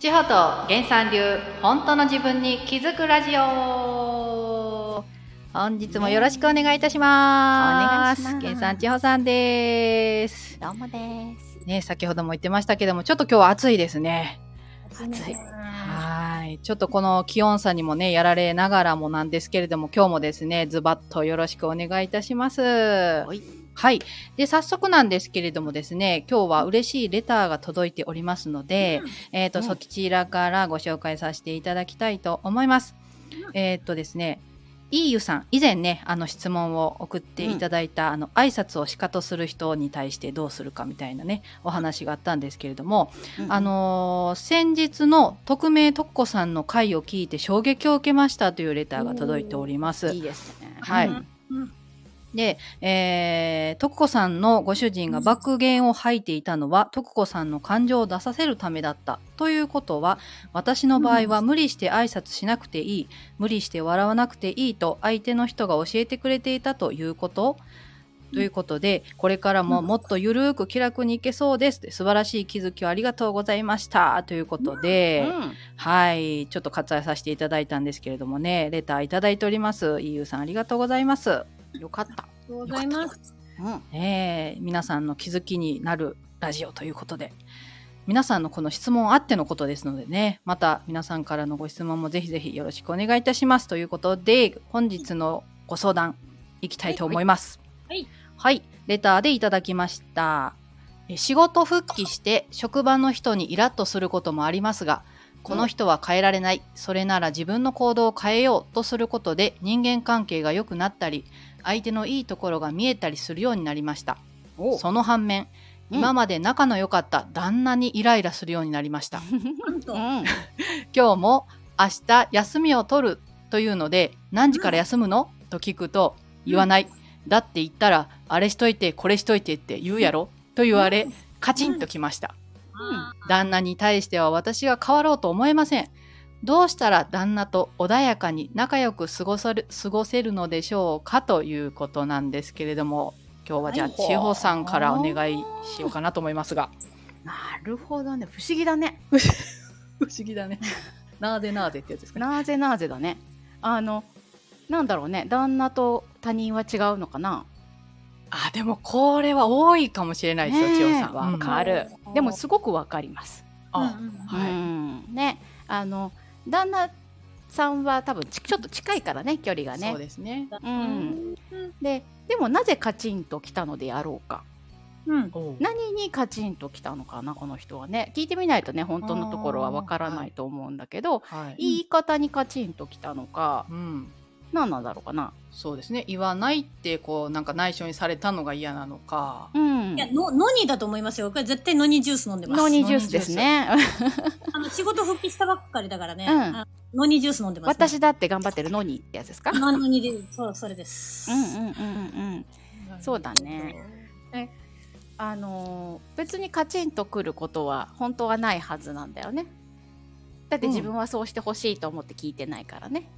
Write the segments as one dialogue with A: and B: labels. A: 地方と原産流本当の自分に気づくラジオ本日もよろしくお願いいたします。
B: お願いします
A: 原産地方さんです。
B: どうもです。
A: ね、先ほども言ってましたけども、ちょっと今日は暑いですね。
B: 暑い。
A: はい。ちょっとこの気温差にもね、やられながらもなんですけれども、今日もですね、ズバッとよろしくお願いいたします。はいい。で、早速なんですけれどもですね、今日は嬉しいレターが届いておりますので、えっ、と、
B: うん
A: そちらからご紹介させていただきたいと思います。えっ、とですね、いいゆさん、以前ね、あの質問を送っていただいた、あの挨拶をしかとする人に対してどうするかみたいなね、お話があったんですけれども、あのー先日の匿名とっこさんの回を聞いて衝撃を受けましたというレターが届いておりま
B: い
A: す。
B: いですね。
A: はい
B: うん
A: で、えー、とっこさんのご主人が爆言を吐いていたのは、とっこさんの感情を出させるためだった。ということは、私の場合は無理して挨拶しなくていい、無理して笑わなくていいと相手の人が教えてくれていたということということで、これからももっとゆるーく気楽にいけそうです。素晴らしい気づきをありがとうございました。ということで、
B: うん
A: はい、ちょっと割愛させていただいたんですけれどもね、レターいただいております。EU さんありがとうございます。よかった。
C: ありがとうございます。
B: うん
A: ねえ、皆さんの気づきになるラジオということで、皆さんのこの質問あってのことですのでね、また皆さんからのご質問もぜひぜひよろしくお願いいたしますということで、本日のご相談いきたいと思います。
C: はい
A: はい、レターでいただきました。え仕事復帰して職場の人にイラッとすることもありますが、この人は変えられない、それなら自分の行動を変えようとすることで人間関係が良くなったり、相手のいいところが見えたりするようになりました。
B: お
A: その反面、
B: うん
A: 今まで仲の良かった旦那にイライラするようになりました。
C: なんと、
B: うん
A: 今日も明日休みを取るというので、何時から休むのと聞くと、言わない。だって言ったら、あれしといて、これしといてって言うやろと言われ、カチンときました。
C: あ
A: 旦那に対しては私が変わろうと思えません。どうしたら旦那と穏やかに仲良く過ごせる過ごせるのでしょうかということなんですけれども、今日はじゃあ
B: はい
A: 千穂さんからお願いしようかなと思いますが。
B: なるほどね。不思議だね。
A: 不思議だね。 なぜなぜってやつですかね。
B: なぜなぜだね。あの、なんだろうね。旦那と他人は違うのかな。
A: あ、でもこれは多いかもしれないですよ、
B: ねえ
A: 千穂さんは。
B: わかる
C: う。ん
B: でもすごくわかります。
A: あ
C: うんうん
A: は
B: う
A: い。
B: んね。あの、旦那さんは多分ちちょっと近いからね、距離が
A: そう
B: ね。
A: ですね。
C: ー
B: うん。
C: うん
B: で、でもなぜカチンと来たのであろうか。
C: うん。
A: おう
B: 何にカチンときたのかなこの人はね聞いてみないとね本当のところはわからないと思うんだけど、
A: はい。
B: 言い方にカチンときたのか
A: うん。
B: 何なんだろうかな
A: そうですね。言わないってこうなんか内緒にされたのが嫌なのか。
B: うん
C: いや、の、のにだと思いますよ。これ絶対のにジュース飲んでます。
B: ノニジュースですね
C: あの、仕事復帰したばっかりだからね。
B: うん
C: あのにジュース飲んでます、ね。
B: 私だって頑張ってるノニってやつですかうん
C: 今のにで、そう、それです。
B: うんうんうんうんそうだねあのー別にカチンとくることは本当はないはずなんだよねだって自分はそうしてほしいと思って聞いてないからね、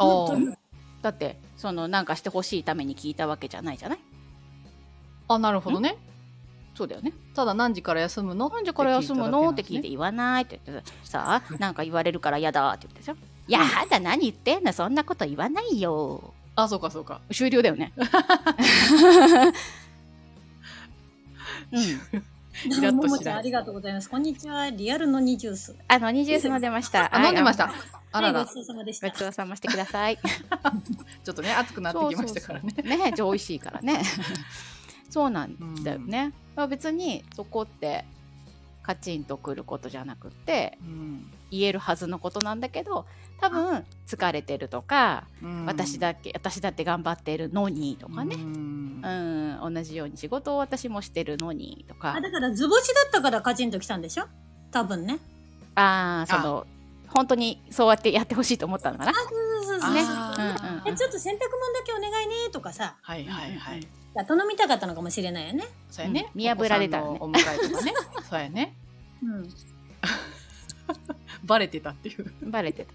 A: お
C: う
A: ー
C: ん
B: だってそのなんかしてほしいために聞いたわけじゃないじゃない
A: あなるほどね
B: そうだよね
A: ただ何時から休むの
B: なんでこれ休むのって聞いて言わないって言ってさあなんか言われるから嫌だって言って さ「やだ何言ってんのそんなこと言わないよ
A: あそうかそうか」
B: 終了だよねうん
A: イラッとしない
C: ももちゃんありがとうございます。こんにちは。リアルのにジュース。
B: あの二重スも出まし た
A: あ飲んでましたあ ら
C: はい
A: ら
C: ごちそうさまでし
B: ご
C: た。
B: ちそうさましてください
A: ちょっとね暑 くなってきましたからね
B: そうそうそうねじゃあ美味しいからねそうなんだよね、まあ別にそこってカチンとくることじゃなくて
A: うん
B: 言えるはずのことなんだけど多分疲れてるとか
A: うん
B: 私だけ私だって頑張ってるのにとかね
A: う、ん
B: うん、同じように仕事を私もしてるのにとか
C: あ、だから図星だったからカチンと来たんでしょ多分ね。
B: ああその本当にそうやってやってほしいと思ったのかな。
C: そうそうそう
A: あ
C: ね。
A: ー
B: うんうん
C: え、ちょっと洗濯物だけお願いねとかさ、
A: はいはいは
B: うん
A: い
C: 頼みたかったのかもしれないよね。
A: そうやね
B: うん見破られたらね
A: お子さんのお迎えとかね そうやね
C: うん。
A: バレてたっていう
B: バレてた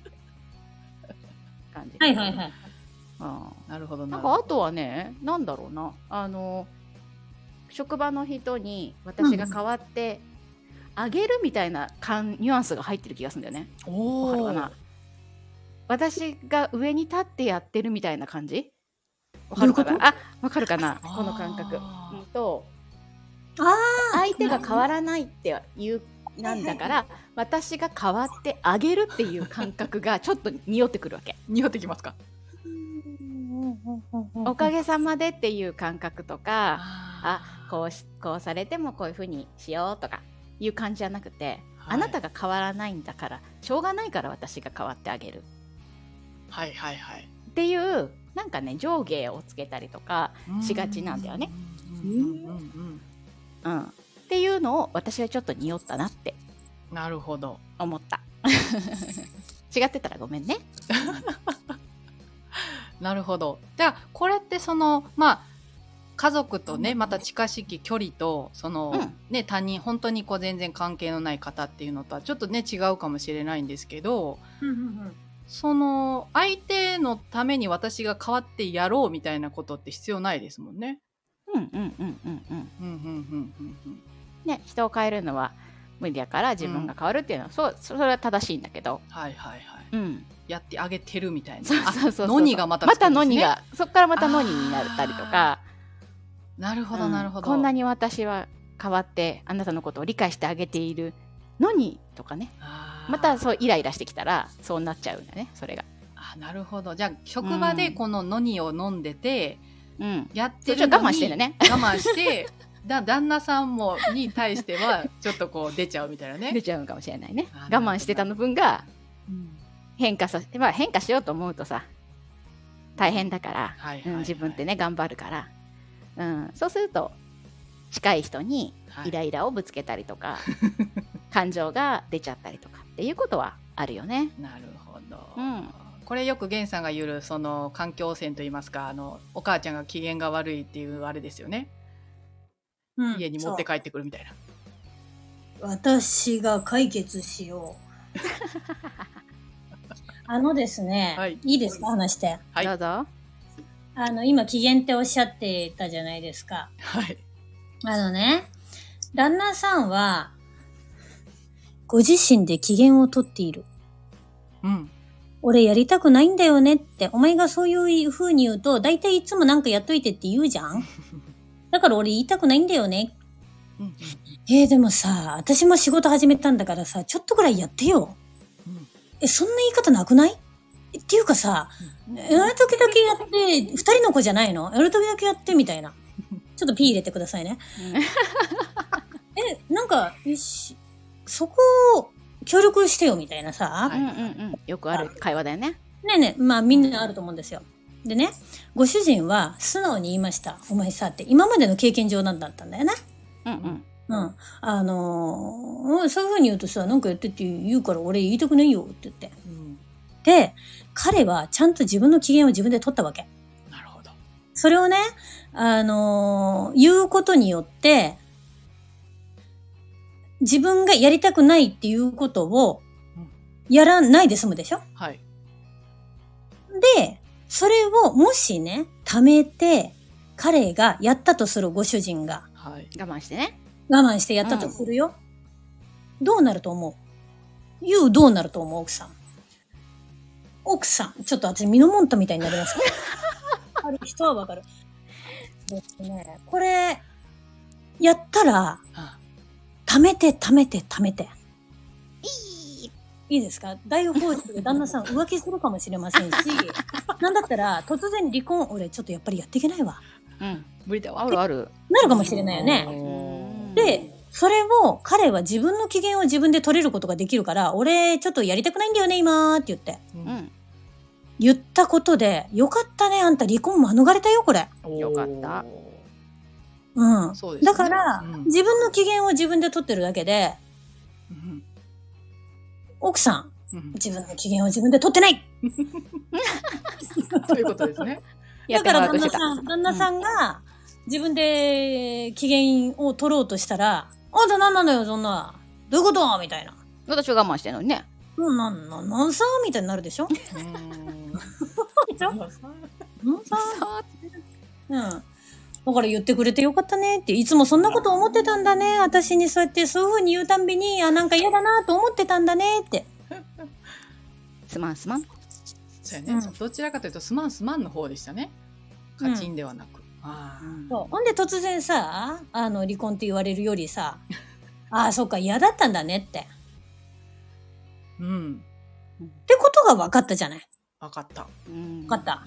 B: 感じ。
C: はいはいはい。
B: うん
A: なるほどな
B: な
A: んる
B: か
A: ほ
B: あとはねなんだろうなあの職場の人に私が変わって、あげるみたいな感ニュアンスが入ってる気がするんだよね。わかる
A: お
B: かな私が上に立ってやってるみたいな感じわかるか
C: どうい
B: な
C: う
B: あわかるかなこの感覚。うんと
C: あ
B: 相手が変わらないっていうなんだから私が変わってあげるっていう感覚がちょっと匂ってくるわけ。
D: 匂ってきますか
B: おかげさまでっていう感覚とか
D: あ
B: あこうしこうされてもこういうふうにしようとかいう感じじゃなくて、
D: はい
B: あなたが変わらないんだからしょうがないから私が変わってあげる
D: はいはいはい
B: っていうなんかね上下をつけたりとか、しがちなんだよね
D: うんうんうんうん
B: うん、っていうのを私はちょっと匂ったなって
D: うんなるほど
B: 思った 違ってたらごめんね
A: なるほど。じゃあこれってそのまあ家族とねまた近しき距離とその、
B: うん
A: ね他人本当にこう全然関係のない方っていうのとはちょっとね違うかもしれないんですけどその相手のために私が変わってやろうみたいなことって必要ないですもんね。
B: うんうんうんうんうん
A: うんうんうんうんうん。
B: ね人を変えるのは無理だから自分が変わるっていうのは、そうそれは正しいんだけど
D: はいはいはい
B: うん
A: やってあげてるみたいな。
B: そうそうそうそう
A: あノニがまた
B: ま
A: つく
B: た
A: んで
B: ノ
A: すね
B: ニ。がそこからまたノニになったりとか
A: なるほど
B: うん
A: なるほど。
B: こんなに私は変わってあなたのことを理解してあげているのにとかね
D: あー
B: またそうイライラしてきたらそうなっちゃうんだよねそれが。
A: あなるほど。じゃあ職場でこのノニを飲んでて、
B: うん、
A: やって
B: それ
A: る
B: ちょ
A: のに
B: っと我慢してるね。
A: 我慢して だ旦那さんもに対してはちょっとこう出ちゃうみたいな
B: 出
A: ね。
B: ちゃうかもしれないね
D: あ
B: 我慢してたの分が
A: うん
B: 変化させまあ変化しようと思うとさ大変だから、
D: はいはい
B: うん
D: はい
B: 自分ってね頑張るから、うん、そうすると近い人に
D: はい
B: イライラをぶつけたりとか、感情が出ちゃったりとかっていうことはあるよね。
D: なるほど、
B: うん
A: これよく源さんが言うその環境汚染といいますかあのお母ちゃんが機嫌が悪いっていうあれですよね
C: うん
A: 家に持って帰ってくるみたいな。
C: そう私が解決しよ う。あのですね、
D: はいい、
C: いですか話して。
D: はい
B: どうぞ。
C: あの、今、機嫌っておっしゃってたじゃないですか。
D: はい
C: あのね、旦那さんは、ご自身で機嫌をとっている。
A: うん、
C: 俺やりたくないんだよねって、お前がそういう風に言うと、だいたいいつもなんかやっといてって言うじゃ んだから俺言いたくないんだよね。
A: うん
C: えー、でもさ、私も仕事始めたんだからさ、ちょっとぐらいやってよ。
D: うん
C: え、そんな言い方なくないえっていうかさ、やるときだけやって、二人の子じゃないのやるときだけやってみた いな。ちょっと P 入れてくださいね。え、なんか、よし、そこを協力してよみたいなさ、
D: は
B: う
D: い
B: んうんうん、よくある会話だよね。
C: ねえねえ、まあみんなあると思うんですよ。でね、ご主人は素直に言いました。お前さって、今までの経験上なんだったんだよね。
B: うんうん
C: うん。あのーうんそういう風に言うとさ、なんかやってって言うから俺言いたくないよって言って。
D: うん
C: で、彼はちゃんと自分の機嫌を自分で取ったわけ。
D: なるほど
C: それをね、あのー言うことによって、自分がやりたくないっていうことを
D: うん、
C: やらないで済むでしょ
D: はい
C: で、それをもしね、貯めて、彼がやったとするご主人が、
D: はい
B: 我慢してね。
C: 我慢してやったとするよ。どうなると思うゆうどうなると思う奥さん。奥さん。ちょっと私、ミノモンタみたいになります けど。ある人はわかる。ですね。これ、やったら、
D: あ
C: 貯めて、貯めて、貯めて。いいですか大放出で旦那さん浮気するかもしれませんし、なんだったら突然離婚、俺ちょっとやっぱりやっていけないわ。
B: うん、
D: 無理だわ
B: あるある。
C: なるかもしれないよね。
D: うん
C: で、それを彼は自分の機嫌を自分で取れることができるから、俺ちょっとやりたくないんだよね、今って言って。
D: う
B: うんん、
C: 言ったことで、よかったね、あんた離婚免れたよ、これ。
D: おー
B: よかった
C: うん。
D: そうですね
C: だから、
D: うん
C: 自分の機嫌を自分で取ってるだけで、
D: うん
C: 奥さん、
D: うん
C: 自分の機嫌を自分で取ってない
D: そういうことですね
B: や
C: だ
B: っ
C: か
B: てもらお
C: ら
B: うと
C: 旦
B: してた。
C: 那さん、旦那さんが自分で機嫌を取ろうとしたら、あんた何なのよ、そんな。どういうことみたいな。
B: 私は我慢してるのにね。
C: うん、なん、なん、なんさみたいになるでしょ
D: うーん
C: なんさ
B: そう
C: うん。だから言ってくれてよかったねって、いつもそんなこと思ってたんだね。私にそうやってそういう風に言うたんびに、あ、なんか嫌だなと思ってたんだねって。
B: すまんすまん。
A: そうやね、
C: うん
A: そうどちらかというとすまんすまんの方でしたねカチンではなく、ああ
C: そうほんで突然さ、あの、離婚って言われるよりさ、ああ、そっか、嫌だったんだねって。っ
A: うん
C: てことが分かったじゃない。
A: 分かった
B: うん
C: 分かった。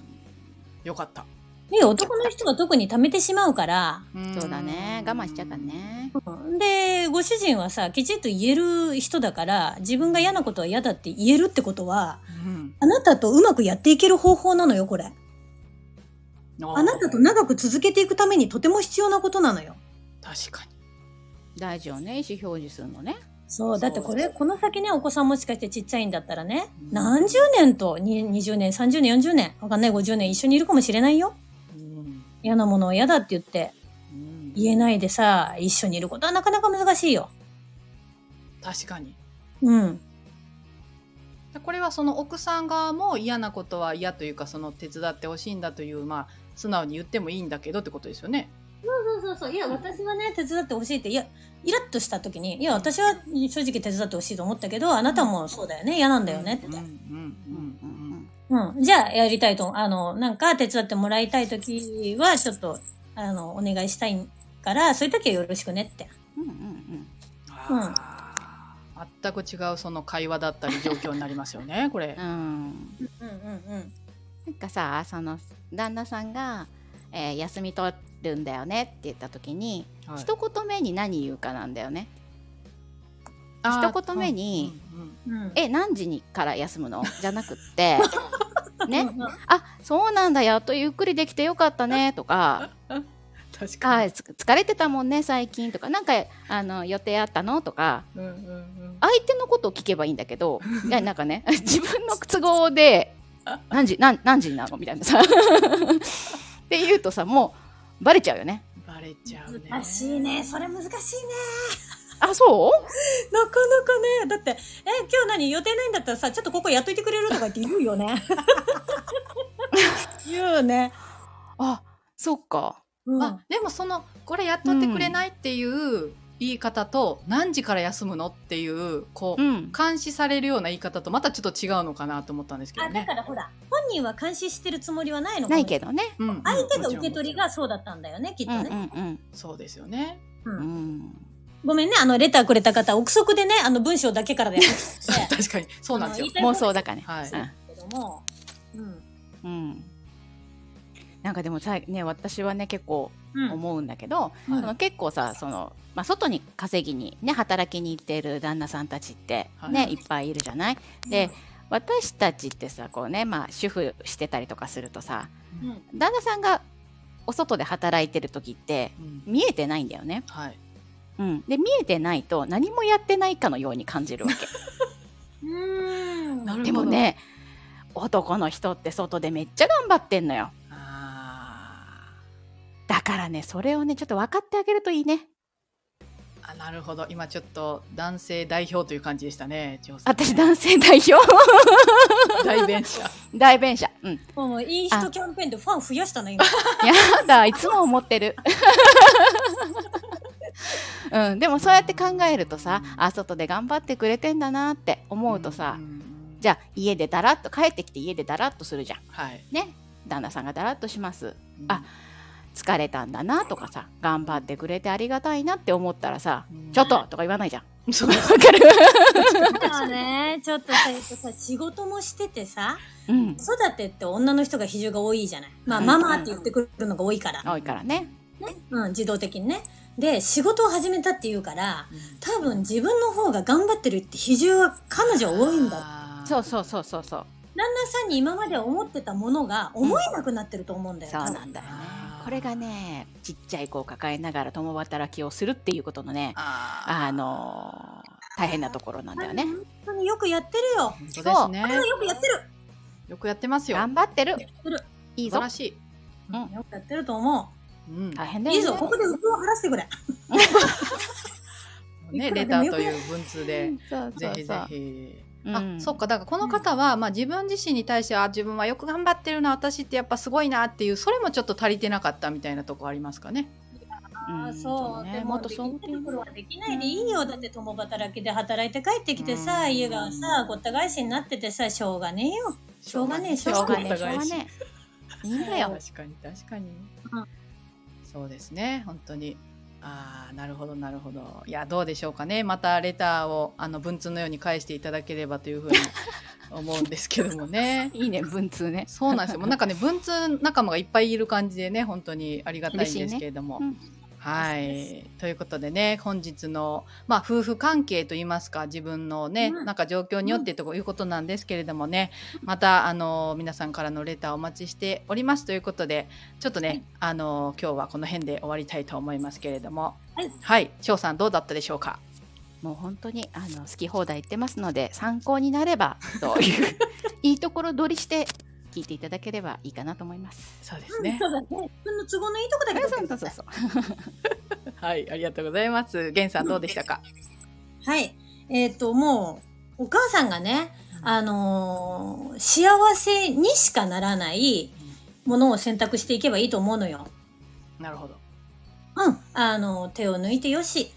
A: よかった
C: で、男の人は特に貯めてしまうから、
B: そうだね。我慢しちゃうからね。
C: うんで、ご主人はさ、きちっと言える人だから、自分が嫌なことは嫌だって言えるってことは、
A: うん、
C: あなたとうまくやっていける方法なのよ、これ。あなたと長く続けていくためにとても必要なことなのよ。
A: 確かに
B: 大事よね。意思表示するのね。
C: そう、だってこれ、この先ね、お子さんもしかしてちっちゃいんだったらね、
A: うん
C: 何十年と、に20年、30年、40年、わかんない、50年一緒にいるかもしれないよ。
A: うん、
C: 嫌なものは嫌だって言って、
A: うん、
C: 言えないでさ、一緒にいることはなかなか難しいよ。
A: 確かに
C: うん。
A: これはその奥さん側も嫌なことは嫌というかその手伝ってほしいんだというまあ素直に言ってもいいんだけどってことですよね。
C: そうそうそう、いや、私はね、手伝ってほしいって、いや、イラッとした時に、いや、私は正直手伝ってほしいと思ったけど、あなたもそうだよね、嫌なんだよねって
A: うんうんうん
C: うん。じゃあ、やりたいと、あの、なんか手伝ってもらいたいときは、ちょっと、あの、お願いしたいから、そういうときはよろしくねって。
B: うんうんうん。
A: うん。あー全く違うその会話だったり状況になりますよ ねこれ
B: う。ん。
C: うんうんうん。
B: なんかさその旦那さんが、えー休み取るんだよねって言った時に、
A: はい
B: 一言目に何言うかなんだよね
A: あー
B: 一言目に
A: うんうん
C: うん、
B: え何時にから休むのじゃなくって
C: うん
B: ね
C: うん
B: あそうなんだやっとゆっくりできてよかったねと か
A: 確か
B: あ
A: に。
B: つ疲れてたもんね最近とかなんかあの予定あったのとか
A: うんうんうん
B: 相手のことを聞けばいいんだけどいやなんかね 自分の都合で何時何何時になるのみたいなさ って言うとさもうバレちゃうよね
A: バレちゃうね。
C: 難しいね。それ難しいね。
B: あそう
C: なかなかね。だって、え、今日何予定ないんだったらさ、ちょっとここやっといてくれるとかって言うよね。言うね。
B: あそっか
C: うん、
A: あでもそのこれやっとってくれないっていう言い方と、何時から休むのっていうこう、
B: うん
A: 監視されるような言い方とまたちょっと違うのかなと思ったんですけど
C: あだ
A: ね。
C: からほら、本人は監視してるつもりはないのか
B: な
C: も
B: いけどね
A: うんうん
C: 相手が
A: もち
C: 受
A: ろん
C: け取りがそうだったんだよね、きっ
B: う
C: と
B: ん
C: ね。
B: うん
A: そうですよね。
B: うんうん
C: ごめんね、あの、レターくれた方、憶測でね、あの、文章だけからでやってきて
A: 確かにそうなんですよ。
B: 妄想だからね
A: はい。
C: けども、うん。
B: うんなんかでもさね私はね結構
C: うん。
B: 思うんだけど、
A: うん
B: その結構さその、まあ、外に稼ぎにね働きに行ってる旦那さんたちってね、
A: はい
B: い、っぱいいるじゃない。で私たちってさこうね、まあ、主婦してたりとかするとさ
C: うん
B: 旦那さんがお外で働いてる時って
A: うん
B: 見えてないんだよね。
A: はい。
B: うん、で見えてないと何もやってないかのように感じるわけ。
C: うん。
A: なるほど
B: でもね男の人って外でめっちゃ頑張ってんのよ。
A: あ
B: だからねそれをねちょっと分かってあげるといいね。
A: ーあ、なるほど。今ちょっと男性代表という感じでしたね。ジョーさん
B: 私男性代表
A: 代弁者。
B: 代弁者。うん
C: もういい人キャンペーンでファン増やしたな、今。
B: やだいつも思ってる。 うん、でもそうやって考えるとさあ外で頑張ってくれてんだなって思うとさ、
A: ん
B: じゃあ家でだらっと帰ってきて家でだらっとするじゃん
A: はい。
B: ね旦那さんがだらっとしますあ
A: う
B: 疲れたんだなとかさ頑張ってくれてありがたいなって思ったらさ
A: ん、
B: ちょっととか言わないじゃん
A: そうです
B: わかる、
C: だからね、ちょっとさ、やっぱさ、仕事もしててさ、
B: うん、
C: 子育てって女の人が比重が多いじゃない。まあ、
B: うん
C: ママって言ってくるのが多いから。
B: 多いからね
C: ね。うん、自動的にね。で、仕事を始めたって言うから、
A: うん
C: 多分自分の方が頑張ってるって比重は彼女は多いんだって
A: あー
B: そうそうそうそうそう
C: 旦那さんに今まで思ってたものが思えなくなってると思うんだよ、
B: そう
C: 多分
B: なんだよね
A: あー
B: これがねちっちゃい子を抱えながら共働きをするっていうことのね
A: あ
B: あのー大変なところなんだよね。
C: 本当によくやってる
A: ー。
C: よ
A: 本当ですね。
C: よくやってる。
A: よくやってますよ。
B: 頑張ってる
C: てる。
B: いい
A: 素
B: ぞ
A: 晴ら。しい。
C: よくやってると思
A: うん。
B: 大変
C: う。
B: だ
C: いい
B: よ、
C: ぞ、
B: ね。
C: ここでうつを晴らしてくれ。
A: ね、レターという文通で、
B: そう
A: ぜ
B: そう
A: ひ
B: そ
A: ぜ
B: う。
A: ひ。
B: うん
A: あそっかだからこの方は、まあ、自分自身に対してあ自分はよく頑張ってるな私ってやっぱすごいなっていうそれもちょっと足りてなかったみたいなとこありますかね。
C: あ
B: う
C: あ
B: ん
C: そう、
B: ね
C: で
B: も
C: も
B: っと
C: でき
B: そ
C: な
B: う
C: いところはできないでいいよ、だって共働きで働いて帰ってきてさ、
B: うん
C: 家がさごった返しになっててさしょうがねえよしょうがねえ
B: しょうがねえ
A: お
B: しょう
A: 互い
B: が
A: し
B: ねえいいんだよ
A: 確かに確かに、
C: うん
A: そうですね本当にああなるほどなるほどいやどうでしょうかねまたレターをあの文通のように返していただければというふうに思うんですけどもね
B: いいね文通ね
A: そうなんですよもうなんかね文通仲間がいっぱいいる感じでね本当にありがたいん
B: 嬉しい
A: で
B: ね
A: すけれども、
B: うん
A: はいということでね本日の、まあ、夫婦関係といいますか自分のね、
C: うん
A: なんか状況によってということなんですけれどもね、またあの皆さんからのレターお待ちしておりますということでちょっとね、あの今日はこの辺で終わりたいと思いますけれども
C: はい
A: はい翔、さんどうだったでしょうか
B: もう本当にあの好き放題言ってますので参考になればといういいところ取りして聞いていただければいいかなと思います。
A: そうです
C: うん
A: ね
C: そうだね自分の都合のいいとこだけ取ってください
A: はいありがとうございます源さんどうでしたか
C: はいえっ、ともうお母さんがね
A: うん
C: あのー幸せにしかならないものを選択していけばいいと思うのよ
A: なるほど、
C: うんあの手を抜いてよし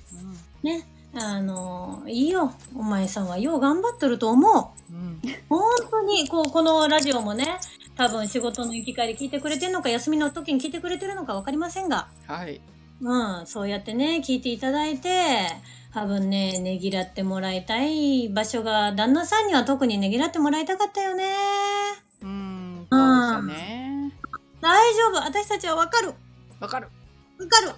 C: ねあのーいいよお前さんはよう頑張っとると思う
A: うん
C: 本当にこうこのラジオもね多分仕事の行き帰り聞いてくれてるのか休みの時に聞いてくれてるのか分かりませんが、
A: はい
C: うん、そうやってね聞いていただいて多分ねねぎらってもらいたい場所が旦那さんには特にねぎらってもらいたかったよね
A: うんそうですよね
C: 大丈夫私たちは分かる
A: わかる
C: 分かる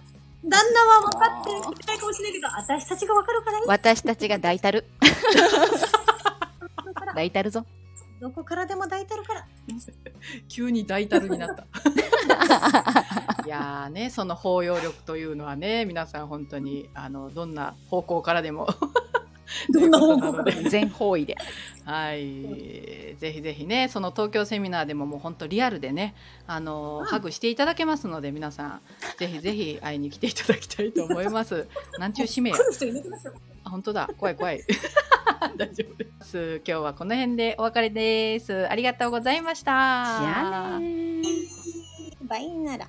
C: 旦那は分かってくれないかもしれないけど私たちが分かるからいい
B: 私たちが抱いたる抱いたるぞ。
C: どこからでも抱いてるから
A: 急に大たるにな ったいやーねその包容力というのはね皆さん本当にあのどんな方向からで も
C: どんな方向
A: ということなので
B: 全方位で。
A: はい、ぜひぜひね、その東京セミナーでももう本当リアルでね、あの、ハグしていただけますので皆さんぜひぜひ会いに来ていただきたいと思います。 なんちゅう使命や
C: 来る人いなくなっちゃう
A: あ本当だ、怖い怖い。 大丈夫です。今日はこの辺でお別れです。ありがとうございました。
B: じゃあねー。
C: バイなら